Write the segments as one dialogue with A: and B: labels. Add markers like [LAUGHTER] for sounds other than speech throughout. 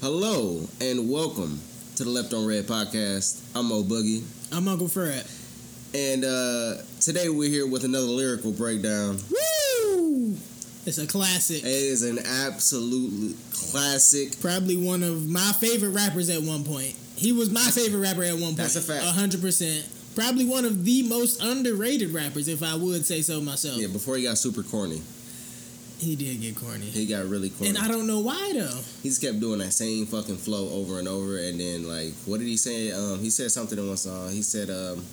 A: Hello and welcome to the Left on Red podcast. I'm Mo Boogie,
B: I'm Uncle Fred.
A: and uh, today we're here with another lyrical breakdown.
B: Woo! It's a classic.
A: It is an absolute classic.
B: Probably one of my favorite rappers at one point. He was my favorite rapper at one point.
A: That's a fact.
B: hundred percent. Probably one of the most underrated rappers, if I would say so myself.
A: Yeah, before he got super corny,
B: He did get corny,
A: he got really corny.
B: and I don't know why though.
A: he just kept doing that same fucking flow over and over. And then like, what did he say? Um, he said something in one song. He said, um,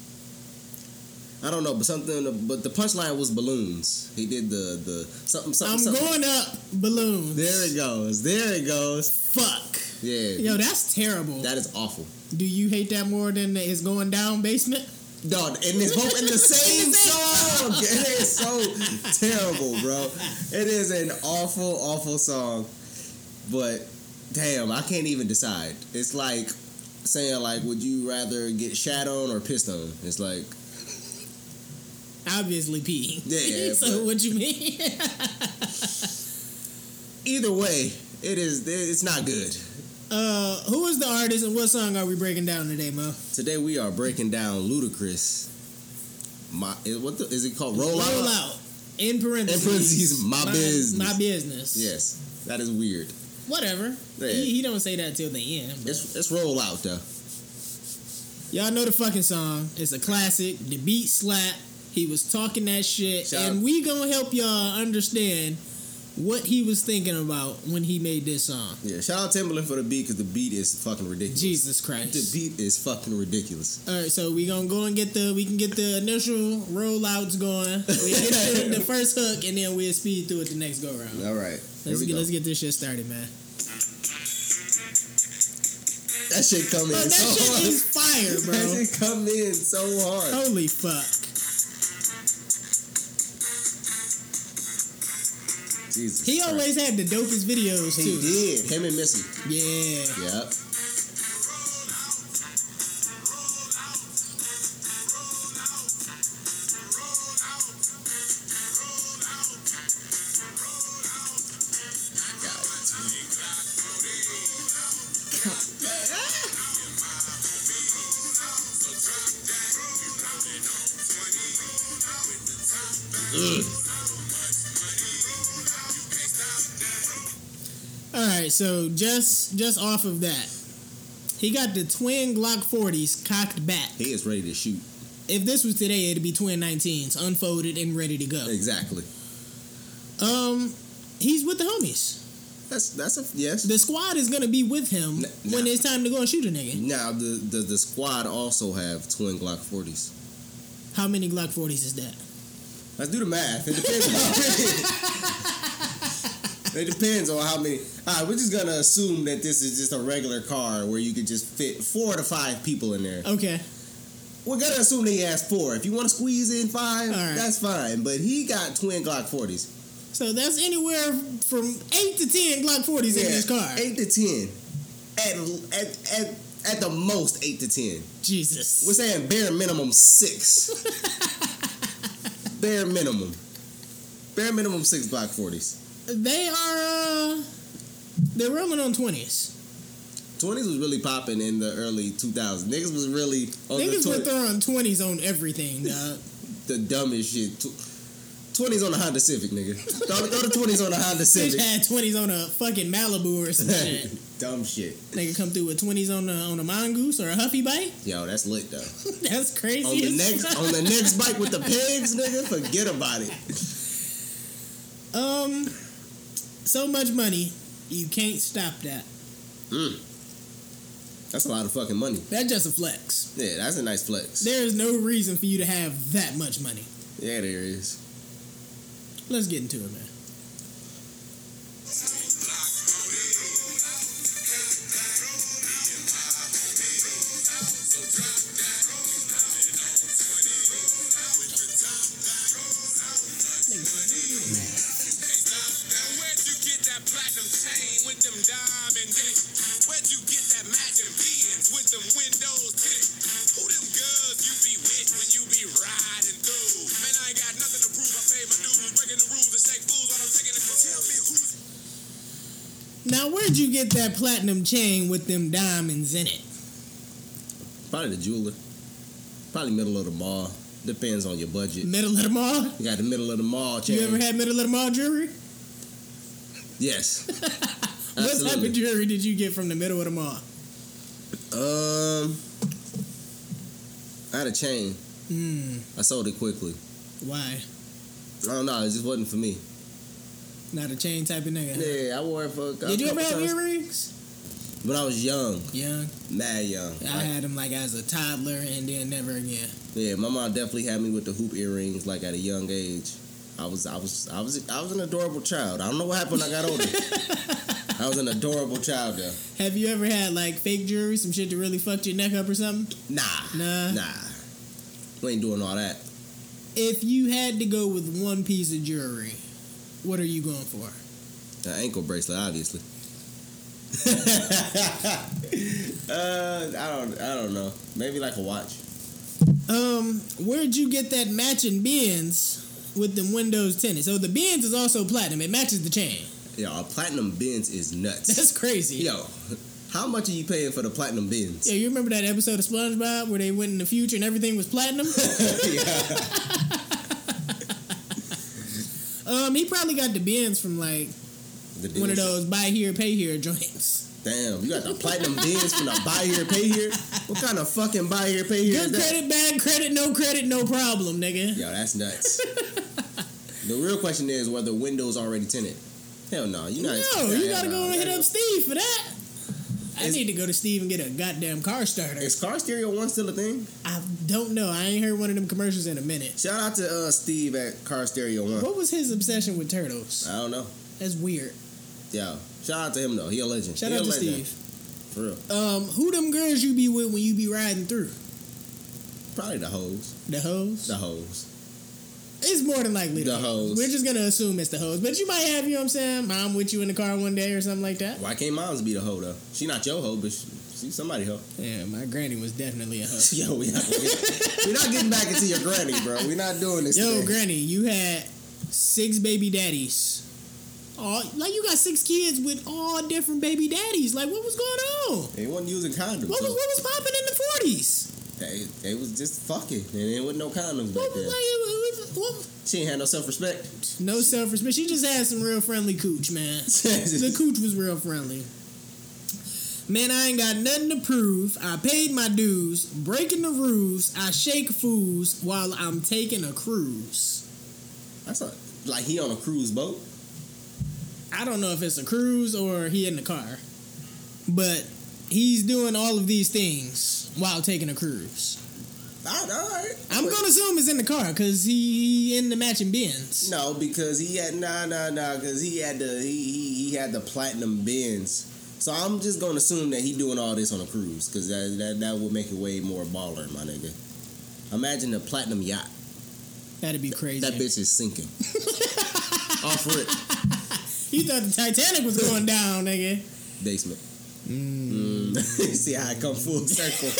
A: I don't know, but something. But the punchline was balloons. He did the the something something.
B: I'm
A: something.
B: going up balloons.
A: There it goes. There it goes.
B: Fuck.
A: Yeah.
B: Yo, that's terrible.
A: That is awful.
B: Do you hate that more than the it's going down basement?
A: Dog, and it's both [LAUGHS] in the same song. [LAUGHS] It is so terrible, bro. It is an awful, awful song. But damn, I can't even decide. It's like saying like, would you rather get shat on or pissed on? It's like,
B: Obviously, pee.
A: Yeah,
B: [LAUGHS] so
A: but-
B: what you mean? [LAUGHS]
A: either way, it is. It's not good.
B: uh, who is the artist and what song are we breaking down today, Mo?
A: Today we are breaking down Ludacris. My what the, is it called? Roll,
B: Roll
A: out.
B: out. In parentheses.
A: In parentheses, my business.
B: My business.
A: Yes, that is weird.
B: Whatever.
A: Yeah.
B: He, he don't say that till the end. but-
A: It's it's roll out though.
B: Y'all know the fucking song. It's a classic. The beat slap. He was talking that shit.
A: Shout-
B: and we gonna help y'all understand what he was thinking about when he made this song.
A: Yeah, shout out Timberland for the beat because the beat is fucking ridiculous.
B: Jesus
A: The
B: Christ.
A: beat is fucking ridiculous.
B: All right, so we gonna go and get the we can get the initial rollouts going. We
A: [LAUGHS]
B: get the, the first hook, and then we'll speed through it the next go round.
A: All right, here
B: Let's
A: we
B: get,
A: go.
B: let's get this shit started, man.
A: That shit come in
B: Bro, Oh, that
A: so hard. [LAUGHS]
B: shit is fire, bro. Oh,
A: That shit come in so hard.
B: Holy fuck.
A: Jesus.
B: He
A: Christ.
B: always had the dopest videos
A: He
B: too.
A: did. Him and Missy.
B: Yeah.
A: Yep.
B: Alright, so just just off of that. He got the twin Glock 40s cocked back.
A: He is ready to shoot.
B: If this was today, it'd be twin 19s, unfolded and ready to go.
A: Exactly.
B: Um, he's with the homies.
A: That's that's a yes.
B: The squad is gonna be with him
A: N- nah.
B: when it's time to go and shoot a nigga.
A: Now the, the the squad also have twin Glock forties.
B: How many Glock 40s is that?
A: Let's do the math. It depends. on it depends on how many. All right, we're just gonna assume that this is just a regular car where you could just fit four to five people in there.
B: Okay.
A: We're gonna assume that he has four. If you want to squeeze in five,
B: All right.
A: that's fine. But he got twin Glock forties.
B: So that's anywhere from 8 to 10 Glock 40s in his car.
A: eight to ten, at at at. At the most eight to ten.
B: Jesus.
A: We're saying bare minimum
B: [LAUGHS]
A: six. bare minimum. Bare minimum six Glock forties.
B: They are uh they're rolling on twenties.
A: Twenties was really popping in the early two thousands. Niggas was really on
B: Niggas
A: the,
B: were
A: 20,
B: throwing twenties on everything,
A: [LAUGHS]
B: dog.
A: the dumbest shit. Twenties on a Honda Civic, nigga.
B: [LAUGHS]
A: Throw the- throw the twenties on a Honda
B: Bitch
A: Civic.
B: had twenties on a fucking Malibu or some shit.
A: [LAUGHS] Dumb shit.
B: Nigga come through with twenties on a on a mongoose or a huffy bike.
A: Yo, that's lit though.
B: [LAUGHS] That's crazy.
A: on the
B: as
A: next
B: fuck.
A: on the next bike with the pegs, nigga. Forget about it.
B: um, so much money, you can't stop that.
A: That's a lot of fucking money.
B: That's just a flex.
A: Yeah, that's a nice flex.
B: There is no reason for you to have that much money.
A: Yeah, there is.
B: Let's get into it, man.
C: Where'd you get that platinum chain with them diamond dicks? Where'd you get that matching beans with them windows tints? Who them girls you be with when you be riding through? Man, I ain't got nothing to prove. I pay my dues, breaking the rules and shake fools.
B: did you get that platinum chain with them diamonds in it?
A: Probably the jeweler. Probably middle of the mall. Depends on your budget.
B: Middle of the mall?
A: You got the middle of the mall chain.
B: You ever had middle of the mall jewelry? [LAUGHS]
A: yes.
B: What type
A: Absolutely.
B: of jewelry did you get from the middle of the mall?
A: Um, I had a chain.
B: Hmm.
A: I sold it quickly.
B: Why?
A: I don't know. It just wasn't for me.
B: Not a chain type of nigga. huh?
A: Yeah, I wore it for. A couple
B: Did you ever have
A: times.
B: earrings?
A: When I was young,
B: Young.
A: mad young.
B: I
A: Like,
B: had them like as a toddler and then never again.
A: yeah, my mom definitely had me with the hoop earrings like at a young age. I was, I was, I was, I was an adorable child. I don't know what happened. when I
B: [LAUGHS]
A: got older. I was an adorable child though.
B: Have you ever had like fake jewelry, some shit that really fucked your neck up or something?
A: Nah,
B: Nah.
A: nah. We ain't doing all that.
B: If you had to go with one piece of jewelry, what are you going for?
A: An ankle bracelet, obviously. [LAUGHS] uh, I don't, I don't know. Maybe like a watch.
B: Um, where'd you get that matching bins with them Windows 10? So the bins is also platinum. It matches the chain. [LAUGHS]
A: Yo, a platinum Benz is nuts. [LAUGHS]
B: That's crazy.
A: Yo, how much are you paying for the platinum Benz?
B: Yeah, you remember that episode of SpongeBob where they went in the future and everything was platinum?
A: [LAUGHS]
B: um, he probably got the bins from like
A: The
B: one
A: dealership.
B: of those buy here, pay here joints.
A: Damn, you got the platinum Benz from the buy here, pay here. What kind of fucking buy here, pay here? is
B: Good
A: that?
B: credit, bad credit, no credit, no problem, nigga.
A: Yo, that's nuts. the real question is whether windows already tinted. Hell no, you not.
B: No, you gotta go and hit
A: gotta-
B: up Steve for that. I
A: It's-
B: need to go to Steve and get a goddamn car starter.
A: Is car stereo one still a thing?
B: I don't know. I ain't heard one of them commercials in a minute.
A: Shout out to uh, Steve at Car Stereo One.
B: What was his obsession with turtles?
A: I don't know.
B: That's weird.
A: Yo, shout out to him though. He a legend.
B: Shout
A: He
B: out
A: a
B: to
A: legend.
B: Steve.
A: For real.
B: Um, who them girls you be with when you be riding through?
A: Probably the hoes.
B: The hoes?
A: The hoes.
B: It's more than likely
A: The hoes.
B: We're just gonna assume it's the hoes, but you might have you know what I'm saying. Mom with you in the car one day or something like that.
A: Why can't moms be the hoe though? She not your hoe, but she, she somebody hoe. [LAUGHS]
B: Yeah, my granny was definitely a hoe.
A: Yo, we not, we not getting back into your granny, bro. We're not doing this.
B: Yo,
A: today.
B: granny, you had six baby daddies. All like you got six kids with all different baby daddies. Like what was going on?
A: They wasn't using condoms.
B: What was
A: so
B: what was popping in the forties?
A: They, they was just fucking. And there wasn't no condoms back
B: What was
A: then.
B: like? It was, what,
A: She ain't had no self respect.
B: no self respect. She just had some real friendly cooch, man. the cooch was real friendly. Man, I ain't got nothing to prove. I paid my dues, breaking the rules. I shake fools while I'm taking a cruise.
A: That's not like he on a cruise boat.
B: I don't know if it's a cruise or he in the car, but he's doing all of these things while taking a cruise.
A: All right.
B: I'm gonna assume it's in the car because he, he in the matching bins.
A: No, because he had nah nah nah because he had the he, he he had the platinum bins. So I'm just gonna assume that he doing all this on a cruise because that, that that would make it way more baller, my nigga. Imagine a platinum yacht.
B: That'd be crazy.
A: That bitch is sinking. Off rip
B: You thought the Titanic was going down, nigga.
A: basement. Mm. [LAUGHS] See how I come full circle.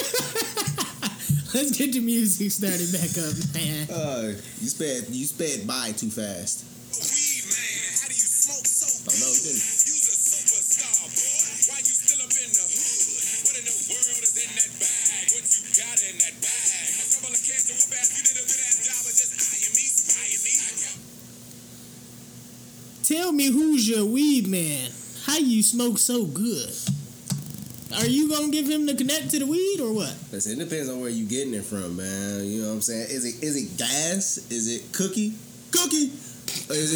B: Let's get the music started back up, man.
A: Uh, you sped you sped by too fast.
C: Weed man, how do you smoke so
A: Don't know,
C: good?
A: didn't
C: You's a superstar, boy. Why you still up in the hood? What in the world is in that bag? What you got in that bag? A couple of cans of whoop ass. You did a good ass job of just eyeing me, spying me. I got
B: Tell me who's your weed man? How you smoke so good? Are you gonna give him the connect to the weed or what? [LAUGHS]
A: Listen, it depends on where you getting it from, man. You know what I'm saying? Is it is it gas? Is it cookie? Cookie? Or is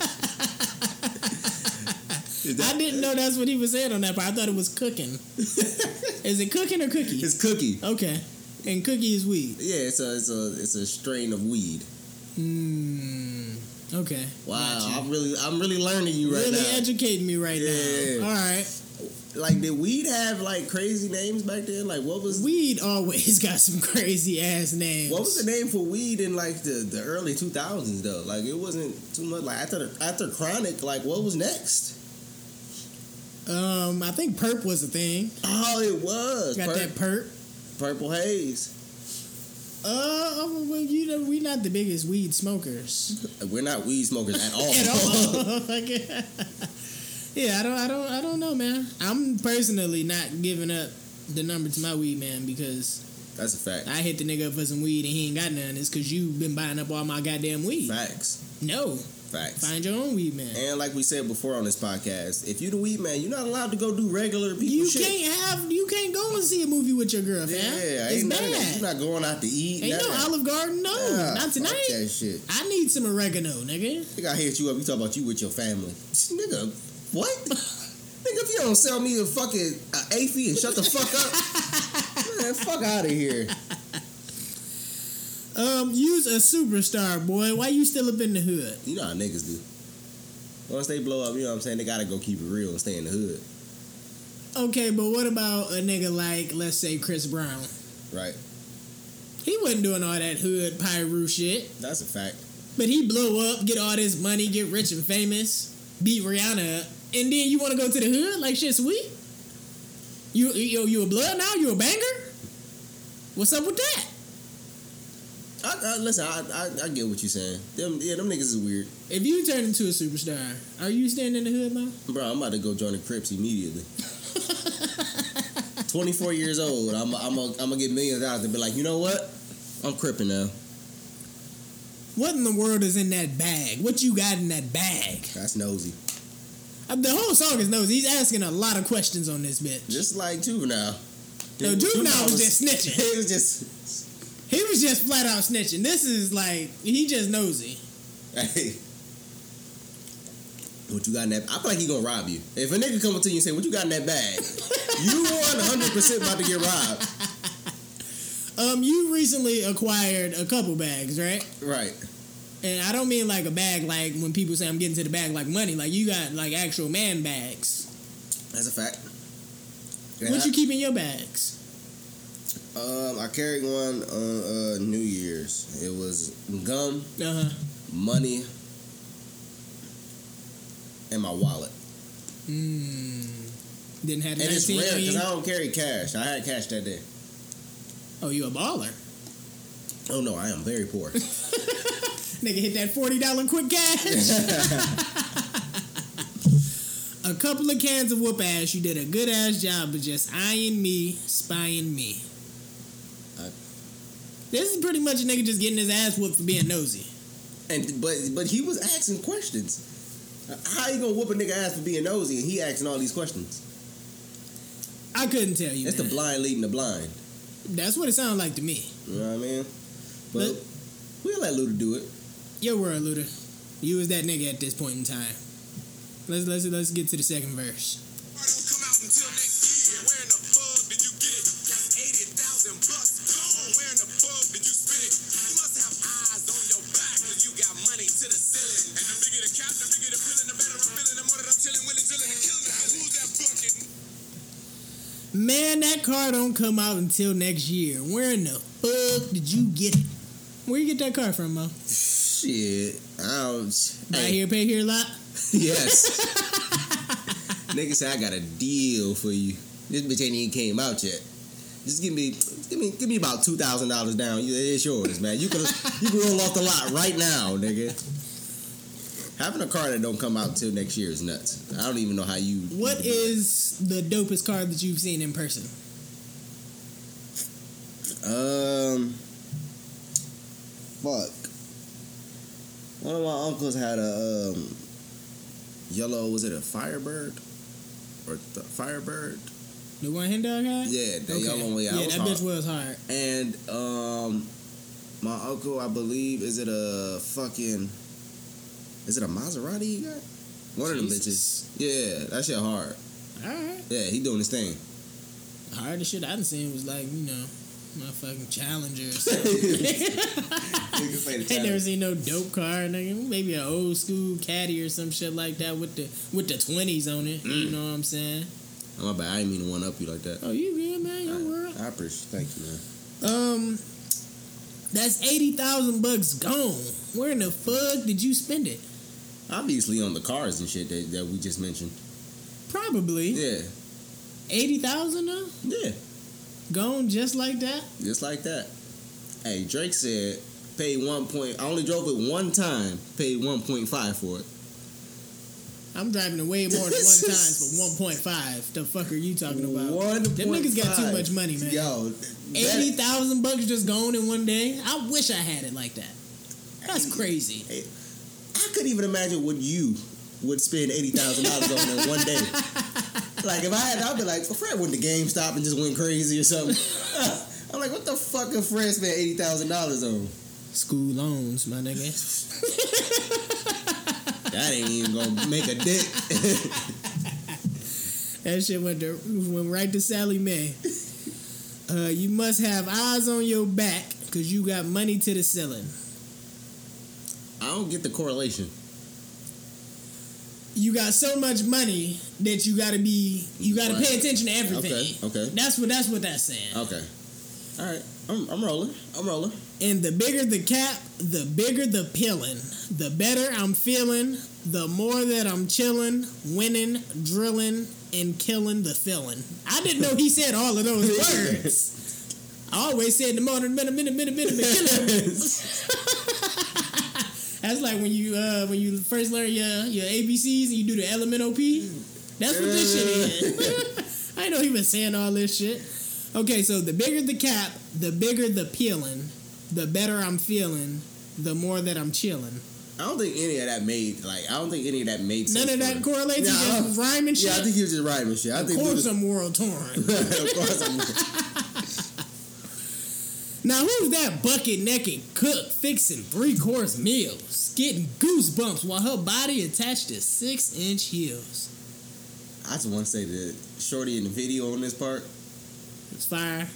A: it? [LAUGHS] Is
B: I
A: that-
B: didn't know that's what he was saying on that part. I thought it was cooking. is it cooking or cookie?
A: [LAUGHS] It's cookie.
B: Okay. And cookie is weed.
A: Yeah, it's a it's a it's a strain of weed.
B: Mm, okay.
A: Wow,
B: Gotcha.
A: I'm really I'm really learning you right
B: really
A: now.
B: educating me right
A: Yeah.
B: now. All right.
A: like, did weed have like crazy names back then? Like, what was
B: Weed always [LAUGHS] got some crazy ass names.
A: what was the name for weed in like the, the early 2000s though? Like, it wasn't too much. Like after after chronic, like what was next?
B: Um, I think perp was a thing.
A: Oh, it was
B: Got
A: Pur-
B: that perp.
A: purple haze.
B: Uh, well, you know, we not the biggest weed smokers.
A: [LAUGHS] Oh. We're not weed smokers at all.
B: at all. Like, [LAUGHS] Yeah, I don't, I don't, I don't know, man. I'm personally not giving up the number to my weed man because
A: That's a fact.
B: I hit the nigga up for some weed and he ain't got none. It's because you've been buying up all my goddamn weed.
A: Facts.
B: No,
A: Facts.
B: find your own weed man.
A: And like we said before on this podcast, if you the weed man, you're not allowed to go do regular people
B: You
A: shit.
B: can't have, you can't go and see a movie with your girl,
A: yeah,
B: man. it's
A: ain't none of that.
B: bad.
A: You're not going out to eat.
B: Ain't
A: none
B: no
A: of that.
B: Olive Garden, no,
A: Yeah,
B: not
A: fuck
B: tonight.
A: that shit.
B: I need some oregano, nigga.
A: Nigga, I hit you up. You talk about you with your family. [LAUGHS] Nigga, what?
B: [LAUGHS]
A: Nigga, if you don't sell me a fucking uh, AP and shut the fuck up,
B: [LAUGHS]
A: man, fuck out of here.
B: Um, use a superstar, boy. Why you still up in the hood?
A: You know how niggas do. Once they blow up, you know what I'm saying? They gotta go keep it real and stay in the hood,
B: Okay, but what about a nigga like, let's say Chris Brown?
A: right?
B: He wasn't doing all that hood pyru shit,
A: That's a fact.
B: but he blow up, get all this money, get rich and famous, beat Rihanna, up, and then you want to go to the hood like shit sweet? You you you a blood now? You a banger? What's up with that?
A: I, I, listen, I, I, I get what you're saying. Them, yeah, them niggas is weird.
B: If you turn into a superstar, are you staying in the hood, man?
A: Bro, I'm about to go join the Crips
B: [LAUGHS]
A: immediately. 24 years old, I'm I'm i I'm gonna get millions out of it. Be like, you know what? I'm cripping now.
B: What in the world is in that bag? What you got in that bag?
A: That's nosy.
B: Uh, The whole song is nosy. He's asking a lot of questions on this bitch.
A: Just like juvenile.
B: No,
A: Dude,
B: Juvenile was just snitching.
A: [LAUGHS] It was just,
B: He was just flat out snitching. This is like he just nosy.
A: hey, what you got in that? I feel like he gonna rob you. If a nigga come up to you and say, "What you got in that
B: [LAUGHS]
A: bag?" you 100 percent about to get robbed,
B: Um, you recently acquired a couple bags, right?
A: right?
B: And I don't mean like a bag like when people say I'm getting to the bag like money. Like you got like actual man bags.
A: That's a fact.
B: What you keep in your bags?
A: Um, I carried one on uh, New Year's. It was gum,
B: Uh huh.
A: money, and my wallet.
B: Mm. Didn't have
A: And it's
B: nineteen.
A: rare
B: on
A: because
B: you?
A: I don't carry cash. I had cash that day.
B: Oh, you a baller?
A: Oh no, I am very [LAUGHS] poor.
B: Nigga hit that forty dollar quick cash.
A: [LAUGHS]
B: a couple of cans of whoop ass. You did a good ass job of just eyeing me, spying me.
A: I-
B: this is pretty much a nigga just getting his ass whooped for being nosy.
A: and but but he was asking questions. How you gonna whoop a nigga ass for being nosy and he asking all these questions?
B: I couldn't tell you.
A: It's the
B: man.
A: blind leading the blind.
B: That's what it sounded like to me.
A: You know what I mean? But
B: But-
A: we'll let Luda do it.
B: Your word, Luda. You was that nigga at this point in time. Let's let's let's get to the second verse.
C: Why don't come out until next year? Where in the fuck did you get it? That's 80,000 bucks gone. Where in the fuck did you spend it? You must have eyes on your back, cause you got money to the ceiling. And the bigger the cap, the bigger the feeling, the better I'm feeling. The more that I'm chilling, willing, drilling, and killing. Now who's that bucket?
B: Man, that car don't come out until next year. Where in the fuck did you get it? Where you get that car from, Mo?
A: Shit. Ouch.
B: Buy
A: Hey,
B: here, pay here, lot. [LAUGHS]
A: yes. nigga said I got a deal for you. This bitch ain't even came out yet. Just give me give me give me about two thousand dollars down. You- It's yours, man. You can you can roll off the lot right now, nigga. Having a car that don't come out until next year is nuts. I don't even know how you
B: What is the dopest car that you've seen in person?
A: Um, fuck. One of my uncles had a um, yellow. Was it a Firebird or the Firebird?
B: The one hand dog had?
A: Yeah, the
B: Okay.
A: yellow one. Yeah, I
B: yeah
A: was
B: that
A: hard.
B: bitch was hard.
A: And um, my uncle, I believe, is it a fucking? Is it a Maserati? He got? One of them
B: Jesus.
A: bitches. Yeah, that shit hard.
B: Alright.
A: Yeah, he doing his
B: [LAUGHS]
A: thing.
B: The hardest shit I done seen was like, you know, my fucking
A: [LAUGHS]
B: Challenger or [LAUGHS] something.
A: You can say the
B: I ain't never
A: challenge.
B: seen no dope car, nigga. Maybe an old school caddy or some shit like that with the with the twenties on it.
A: Mm.
B: You know what I'm saying?
A: Oh, my bad. I didn't mean to one up you like that.
B: Oh, you good, man? Your world.
A: I appreciate. Thank you, man.
B: Um, that's eighty thousand bucks gone. Where in the fuck did you spend it?
A: Obviously on the cars and shit that, that we just mentioned.
B: Probably
A: Yeah,
B: eighty thousand though.
A: yeah,
B: Gone just like that.
A: just like that. Hey, Drake said, paid one point. I only drove it one time. Paid one point five for it.
B: I'm driving it
A: [LAUGHS]
B: way more than
A: This
B: one
A: is-
B: times for 1.5. The fuck are you talking about?
A: One
B: Them niggas got too much money, man.
A: Yo,
B: Eighty
A: that,
B: thousand bucks just gone in one day. I wish I had it like that. That's crazy.
A: I couldn't even imagine what you would spend eighty thousand dollars on in one
B: [LAUGHS]
A: day. Like if I had, I'd be like, Fred went to GameStop and just went crazy or something. [LAUGHS] I'm like, what the fuck? If Fred spent eighty thousand dollars on
B: School loans, my nigga.
A: that, ain't even gonna make a dent.
B: That shit went to, went right to Sally Mae. Uh, you must have eyes on your back because you got money to the ceiling.
A: [LAUGHS] I don't get the correlation.
B: You got so much money that you gotta be you gotta
A: Right.
B: pay attention to everything.
A: Okay, okay,
B: That's what that's what that's saying.
A: okay. All right, I'm, I'm rolling. I'm rolling.
B: And the bigger the cap, the bigger the pillin'. The better I'm feeling, the more that I'm chillin', winning, drillin', and killing the feeling. I didn't know he said all of those words. I always said the morning, minute, minute, minute, minute, minute, killing. That's like when you uh, when you first learn your your ABCs and you do the LMNOP. That's what this shit is. [LAUGHS] I know he been saying all this shit. Okay, so the bigger the cap, the bigger the peeling, the better I'm feeling, the more that I'm chilling.
A: I don't think any of that made like I don't think any of that made sense.
B: None of
A: for
B: that
A: me.
B: correlates
A: Yeah, I
B: to
A: don't-
B: just rhyming shit.
A: Yeah, I think he was just rhyming shit. I
B: of
A: think we
B: course
A: just-
B: I'm
A: [LAUGHS]
B: world torn.
A: of course I'm
B: now who's that bucket naked cook fixing three course meals, getting goosebumps while her body attached to six inch heels?
A: I just want to say that Shorty in the video on this part,
B: It's fire.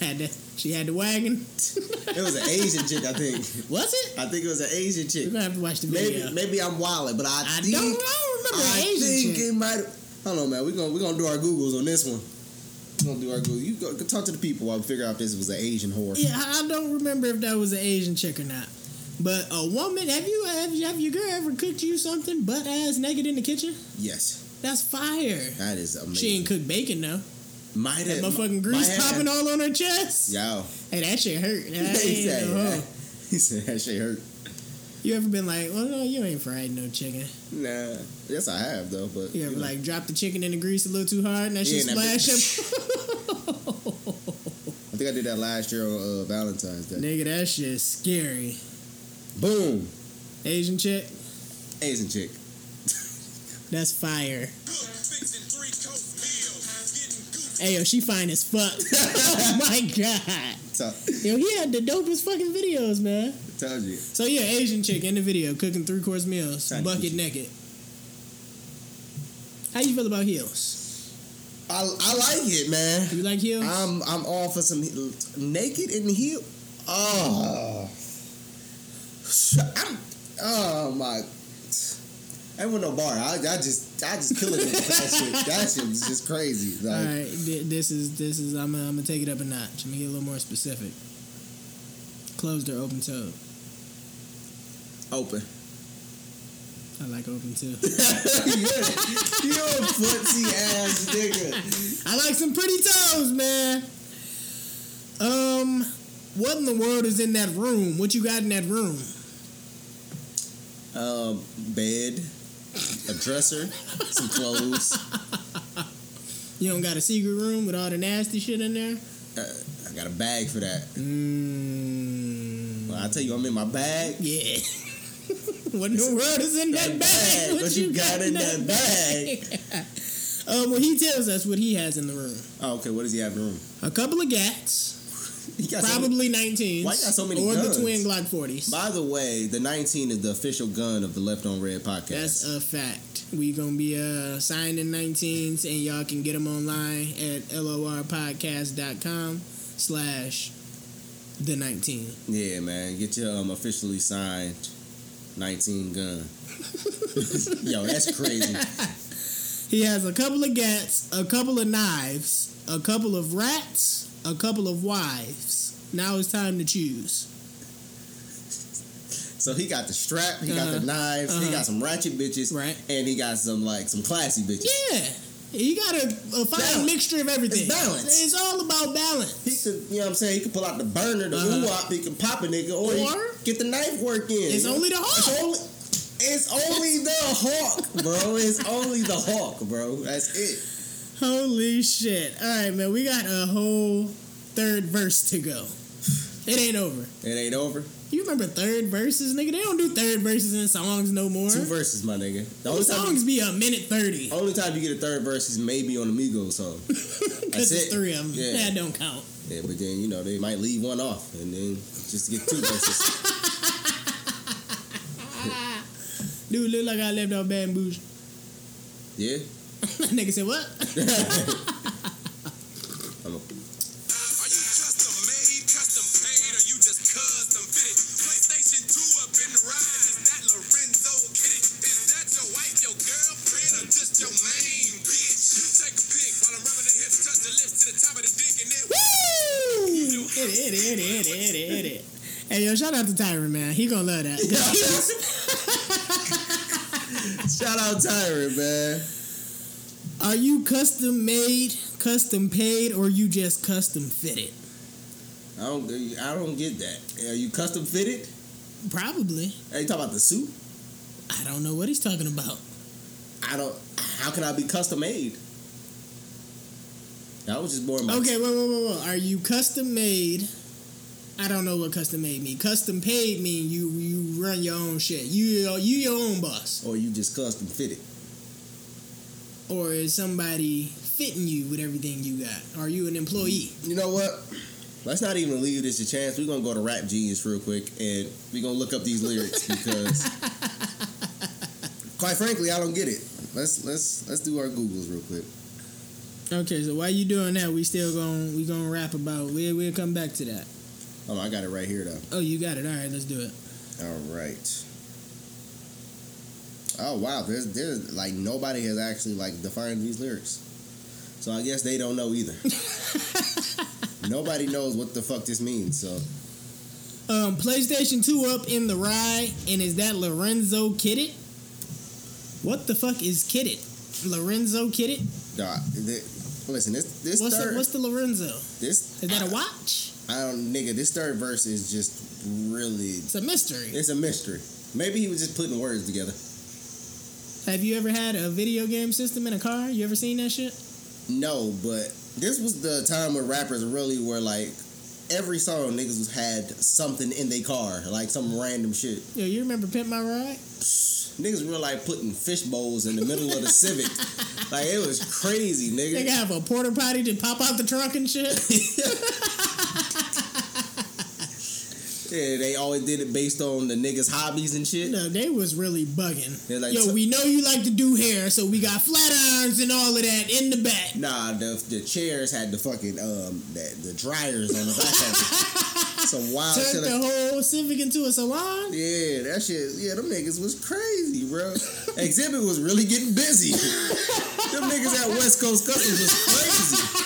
B: Had to, she had the wagon. [LAUGHS]
A: it was an Asian chick. I think.
B: Was it?
A: I think it was an Asian
B: We're
A: chick.
B: gonna have to watch the
A: Maybe
B: video.
A: maybe I'm wilding, but I,
B: I
A: think
B: don't, I don't remember
A: I
B: the Asian
A: think
B: chick.
A: it might. Hold on, man. We're gonna we're gonna do our googles on this one. We're gonna do our googles. You go, go talk to the people while we figure out if this was an Asian whore.
B: Yeah, I I don't remember if that was an Asian chick or not. But a woman, have you have, you- have your girl ever cooked you something butt ass naked in the kitchen?
A: Yes,
B: That's fire.
A: that is amazing.
B: She ain't cook bacon though.
A: might
B: That
A: have
B: motherfucking grease popping all on her
A: [LAUGHS]
B: chest.
A: Yo,
B: Hey, that shit hurt. That
A: he
B: ain't
A: said,
B: no hoe.
A: he said that shit hurt.
B: You ever been like, well, no, you ain't fried no chicken.
A: Nah, yes I have though, but
B: You ever
A: know.
B: like drop the chicken in the grease a little too hard and that shit
A: Yeah, and that
B: splash [LAUGHS] up?
A: I think I did that last year on uh, Valentine's Day.
B: Nigga, that shit scary.
A: Boom,
B: Asian chick,
A: Asian chick.
B: that's fire.
C: Cook, fixing three course meals. Getting goofy.
B: Ayo, she fine as fuck. [LAUGHS] oh my god.
A: So,
B: Yo, he had the dopest fucking videos, man.
A: told you.
B: So yeah, Asian chick in the video cooking three course meals,
A: Tiny
B: bucket
A: kitchen.
B: naked. How you feel about heels?
A: I, I like it, man.
B: You like heels?
A: I'm I'm all for some he- naked in the heel. Oh, I'm, oh my! I went no bar. I, I just I just killing it. with that shit. That shit is just crazy.
B: All
A: Like
B: right, thi- this is this is I'm gonna, I'm gonna take it up a notch. I'm gonna get a little more specific. Closed or open toed?
A: open. [LAUGHS]
B: I like open toe.
A: You're, you're a pussy ass nigga.
B: I like some pretty toes, man. Um, what in the world is in that room? What you got in that room?
A: Um, bed, a dresser, some clothes.
B: You don't got a secret room with all the nasty shit in there?
A: Uh, I got a bag for that.
B: Mm,
A: Well, I tell you, I'm in my bag.
B: yeah. [LAUGHS] what in the world is in that,
A: That
B: bag?
A: bag. What you got in that
B: bag? [LAUGHS] um, well, he tells us what he has in the room.
A: Oh, okay. What does he have in the room?
B: A couple of gats,
A: He got some-
B: probably 19s.
A: Why you got so many
B: Or
A: guns?
B: the twin Glock 40s.
A: By the way, the 19 is the official gun of the Left on Red podcast.
B: That's a fact. We gonna be uh, signing 19s, and y'all can get them online at lorpodcast.com slash the 19.
A: yeah, man. Get your um, officially signed 19 gun. [LAUGHS] Yo, that's crazy.
B: [LAUGHS] He has a couple of gats, a couple of knives, a couple of rats, a couple of wives. Now it's time to choose.
A: So he got the strap, he got
B: Uh-huh.
A: the knives, he
B: Uh-huh.
A: got some ratchet bitches,
B: Right.
A: and he got some like some classy bitches.
B: Yeah. You got a, a fine
A: Balance.
B: mixture of everything.
A: It's balance.
B: It's all about balance.
A: He could, you know what I'm saying? He could pull out the burner, the
B: Uh-huh.
A: uh he could pop a nigga, or, he
B: Or-
A: get the knife work in.
B: It's only the
A: It's
B: heart.
A: only- it's only the hawk, bro. It's only the hawk, bro. That's it.
B: Holy shit. All right, man. We got a whole third verse to go. It ain't over.
A: It ain't over.
B: You remember third verses, nigga? They don't do third verses in songs no more.
A: Two verses, my nigga. The
B: Those
A: only time,
B: songs be a minute 30.
A: only time you get a third verse is maybe on the Migos
B: [LAUGHS]
A: song.
B: Because it's
A: it.
B: three of them.
A: Yeah.
B: That don't count.
A: Yeah, but then you know they might leave one off and then just get two
B: [LAUGHS]
A: verses.
B: Dude, look like I left off bamboo. [LAUGHS]
A: Yeah,
B: nigga said, what? [LAUGHS]
A: I'm a,
C: Are you custom made, custom paid, or you just custom fitted? PlayStation 2 up in the ride, is that Lorenzo? Get it? Is that your wife, your girlfriend, or just your main bitch? You take a pic while I'm rubbing the hips, touch the lips to the top of the dick, and then
B: Woo! Hit it, hit it, hit it, hit it, hit it. Hey, yo, shout out to Tyron, man. He gonna
A: [LAUGHS]
B: love that. 'Cause he was-
A: shout out Tyron, man.
B: [LAUGHS] Are you custom made, custom paid, or you just custom fitted?
A: I don't I don't get that. Are you custom fitted?
B: Probably.
A: Are you talking about the suit?
B: I don't know what he's talking about.
A: I don't. How can I be custom made? I was just born. by-
B: Okay, wait, wait, wait, wait. Are you custom made? I don't know what custom made mean. Custom paid mean you you run your own shit. You you your own boss,
A: Or you just custom fitted?
B: or is somebody fitting you with everything you got? Are you an employee?
A: You know what? Let's not even leave this a chance. We're gonna go to Rap Genius real quick, and we're gonna look up these lyrics
B: [LAUGHS]
A: because, quite frankly, I don't get it. Let's let's let's do our googles real quick.
B: Okay, so while you doing that, we still going we gonna rap about. We we'll come back to that.
A: Oh, I got it right here though.
B: Oh, you got it. All right, let's do it.
A: All right. Oh wow, there's there's like nobody has actually like defined these lyrics, so I guess they don't know
B: [LAUGHS]
A: either. nobody knows what the fuck this means. So
B: [LAUGHS] Um, PlayStation 2 up in the rye, and is that Lorenzo Kiddit? What the fuck is Kiddit? Lorenzo Kiddit?
A: nah, th- listen, this this
B: What's the,
A: third
B: what's the Lorenzo?
A: this
B: Is that a watch?
A: I don't, nigga. This third verse is just really.
B: It's a mystery.
A: It's a mystery. Maybe he was just putting words together.
B: Have you ever had a video game system in a car? You ever seen that shit?
A: No, but this was the time where rappers really were like, every song niggas was had something in their car, like some random shit.
B: Yo, you remember Pimp My Ride?
A: Niggas were like putting fish bowls in the middle
B: [LAUGHS]
A: of the Civic. Like it was crazy,
B: They
A: nigga.
B: could have a porta potty to pop out the trunk
A: [LAUGHS]
B: and shit.
A: Yeah, they always did it based on the niggas' hobbies and shit.
B: No, they was really bugging.
A: They're like,
B: Yo,
A: so-
B: we know you like to do hair, so we got flat irons and all of that in the back.
A: Nah, the, the chairs had the fucking um the, the dryers on the back of
B: [LAUGHS]
A: it. Some wild shit.
B: Turned
A: Oh, like-
B: the whole Civic into a salon.
A: Yeah, that shit. Yeah, them niggas was crazy, bro. [LAUGHS] Exhibit was really getting
B: [LAUGHS]
A: busy. them niggas at West Coast Customs was crazy.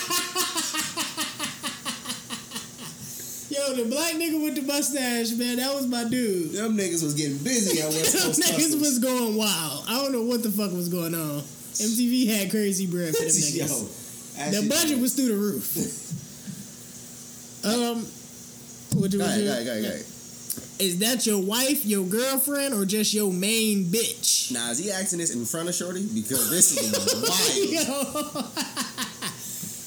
B: Yo, the black nigga with the mustache, man, that was my
A: [LAUGHS]
B: dude.
A: Them niggas was getting busy at West
B: Them
A: Coast
B: niggas
A: Customs. [LAUGHS]
B: was going wild. I don't know what the fuck was going on. MTV had crazy
A: [LAUGHS]
B: bread for them niggas.
A: that
B: The
A: shit-
B: budget was through the roof. um, what you
A: Go
B: what
A: ahead,
B: you-
A: go ahead, go ahead, go ahead.
B: Is that your wife, your girlfriend, or just your main bitch?
A: Nah, is he asking this in front of Shorty? Because this is wild.
B: [LAUGHS] Yo.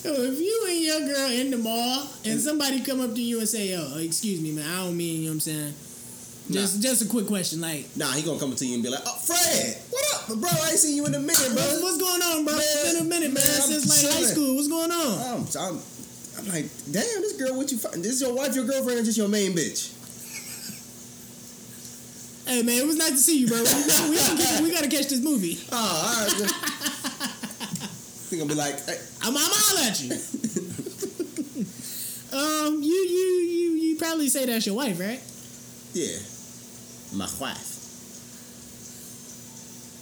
B: Yo, if you and your girl in the mall
A: Mm.
B: and somebody come up to you and say, "Yo, excuse me, man, I don't mean," you know what I'm saying? Just, just a quick question, like.
A: Nah, he gonna come up to you and be like, "Oh, Fred, what up, bro? I ain't seen you in a minute,
B: Bro,
A: bro."
B: what's going on, bro? It's
A: Man,
B: been a minute, man,
A: man, I'm
B: since like high
A: chilling.
B: school. What's going on?
A: I'm, I'm, I'm like, damn, this girl, what you? Find? This is your wife, your girlfriend, or just your main bitch?
B: Hey, man, it was nice to see you, bro. We, we, we gotta, get- we gotta catch this movie.
A: Oh, all right. good. I
B: [LAUGHS]
A: think I'll be like, hey,
B: I'm, I'm all at you. [LAUGHS] um, you, you, you, you probably say that's your wife, right?
A: yeah, my wife.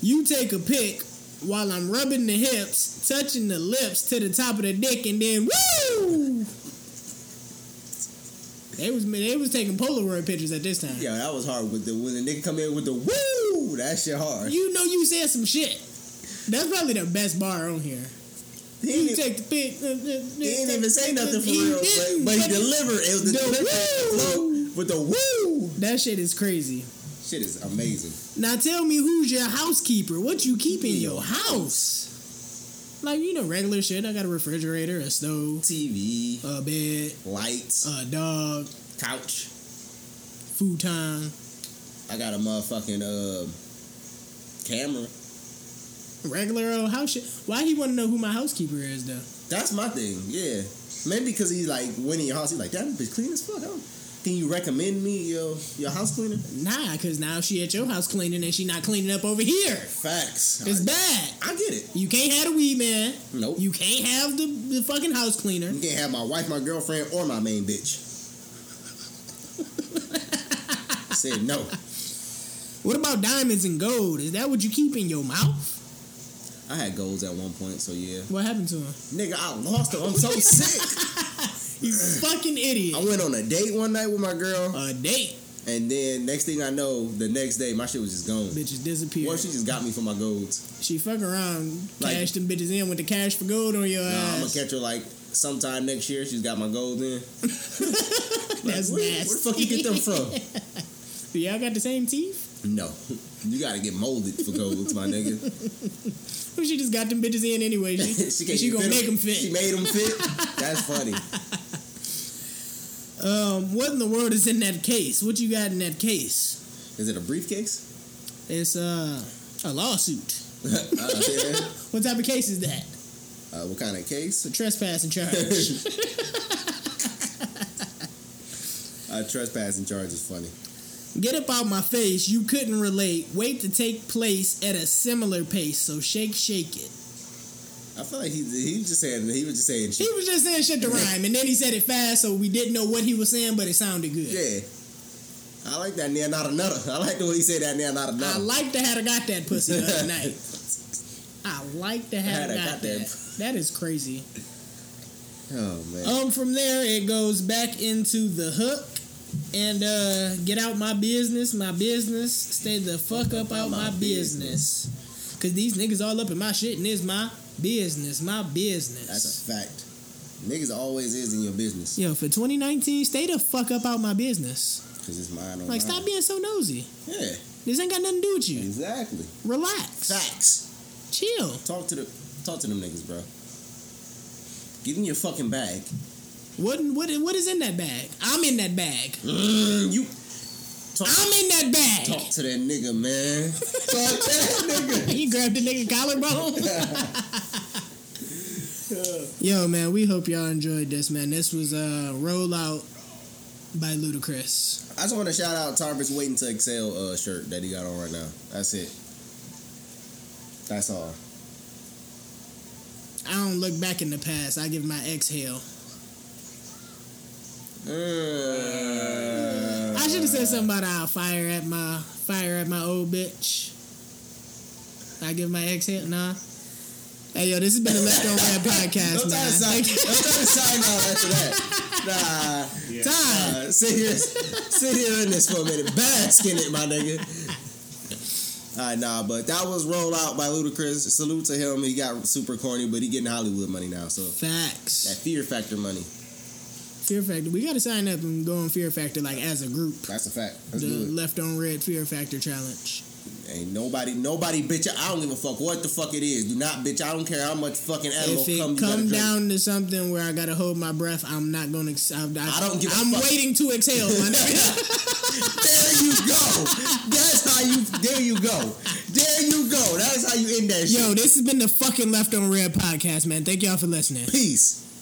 B: You take a pic while I'm rubbing the hips, touching the lips to the top of the dick, and then woo. They was they was taking Polaroid pictures at this time.
A: Yeah, that was hard with the when the nigga come in with the woo. That shit hard.
B: You know you said some shit. That's probably the best bar on here.
A: He
B: He
A: didn't,
B: take the pic. uh,
A: he didn't even say nothing for
B: He
A: real,
B: didn't,
A: but, but he delivered. It was the
B: The
A: delivery with the woo.
B: That shit is crazy.
A: shit is amazing.
B: Now tell me who's your housekeeper? What you keep in your house? Like you know, regular shit. I got a refrigerator, a stove,
A: TV,
B: a bed,
A: lights,
B: a dog,
A: couch.
B: futon,
A: I got a motherfucking uh, camera.
B: regular old house shit. Why he want to know who my housekeeper is though?
A: That's my thing. Yeah, maybe because he like went in your house. He like that bitch clean as fuck. I don't- Can you recommend me your your house cleaner?
B: Nah, cause now she at your house cleaning and she not cleaning up over here.
A: Facts.
B: It's
A: I,
B: bad.
A: I get it.
B: You can't have the weed man.
A: Nope. You,
B: You can't have the, the fucking house cleaner.
A: can't have my wife, my girlfriend, or my main bitch. Said no.
B: What about diamonds and gold? Is that what you keep in your mouth?
A: I had goals at one point, so yeah.
B: What happened
A: [CLEARS THROAT]
B: to him?
A: Nigga, I lost them. I'm so sick.
B: You fucking idiot.
A: I went on a date one night with my girl,
B: A date,
A: and then next thing I know, the next day my shit was just gone.
B: bitches disappear.
A: Well, she just got me for my golds.
B: She fuck around,
A: Like-
B: cash them bitches in with the cash for gold on your
A: Nah, I'm gonna
B: ass.
A: catch her like sometime next year. She's got my gold in. Like,
B: That's
A: where,
B: nasty.
A: Where the fuck you get them from?
B: [LAUGHS] Do y'all got the same teeth?
A: [LAUGHS] no, you gotta get molded for golds, my nigga. [LAUGHS]
B: Or she just got them bitches in anyway? She, she,
A: can't even
B: gonna make
A: 'em.
B: them fit.
A: She made them fit. That's funny.
B: um, what in the world is in that case? What you got in that case?
A: Is it a briefcase?
B: It's uh, a lawsuit.
A: uh, yeah.
B: What type of case is that?
A: Uh, what kind of case?
B: [LAUGHS] It's a trespassing charge.
A: [LAUGHS] A trespassing charge is funny.
B: Get up out my face, you couldn't relate. Wait to take place at a similar pace, so shake, shake it.
A: I feel like he he just saying he was just saying
B: He
A: shit.
B: was just saying shit to rhyme, and then he said it fast, so we didn't know what he was saying, but it sounded good.
A: Yeah. I like that near not another. I like the way he said that near not
B: I
A: another.
B: like to have got that pussy the other
A: [LAUGHS]
B: night. I like to have
A: Had I
B: got,
A: got that.
B: that. That is crazy.
A: oh man.
B: Um, from there it goes back into the hook and uh get out my business, my business. Stay the fuck up out my business. Cause these niggas all up in my shit and it's my business, my business.
A: That's a fact. Niggas always is in your business
B: Yo, for 2019, stay the fuck up out my business.
A: because it's mine on mine.
B: Like, stop being so nosy.
A: Yeah,
B: This ain't got nothing to do with you.
A: exactly.
B: Relax.
A: Facts.
B: Chill.
A: Talk to the talk to them niggas, bro. Give them your fucking
B: [GASPS]
A: bag.
B: What, what, what is in that bag? I'm in that bag.
A: Mm, you talk,
B: I'm in that bag.
A: talk to that nigga, man. talk to that
B: You grabbed the nigga
A: [LAUGHS]
B: collarbone.
A: nigga.
B: Yo, man, we hope y'all enjoyed this, man. This was uh, rollout by Ludacris.
A: I just want to shout out Tarvis waiting to excel uh, shirt that he got on right now. That's it. That's all.
B: I don't look back in the past. I give my ex hell.
A: Uh,
B: I should have said something about I'll fire at my fire at my old bitch. I give my ex hell. Nah. Hey, yo, this has been a Left on
A: [LAUGHS]
B: Red podcast,
A: Don't try to
B: man.
A: sign.
B: Like,
A: Don't try to sign out after that. Nah.
B: Ty,
A: Uh, sit here, sit here in this for a minute. Bask in it, my nigga. All right, nah, but that was rolled out by Ludacris. Salute to him. He got super corny, but he getting Hollywood money now. So that
B: Facts.
A: fear factor money.
B: Fear Factor. We got to sign up and go on Fear Factor, like, as a group.
A: That's a fact.
B: The
A: Let's do
B: Left on Red Fear Factor Challenge.
A: it. Ain't nobody, nobody bitch. I don't give a fuck what the fuck it is. Do not bitch. I don't care how much fucking animal
B: if it
A: come, you gotta
B: come,
A: drink.
B: down to something where I gotta hold my breath, I'm not gonna. Ex- I,
A: I don't give a
B: I'm
A: fuck.
B: waiting to exhale.
A: [LAUGHS]
B: My nigga.
A: There you go. That's how you. There you go. There you go. That's how you end that shit.
B: Yo, this has been the fucking Left on Red podcast, man. Thank y'all for listening.
A: peace.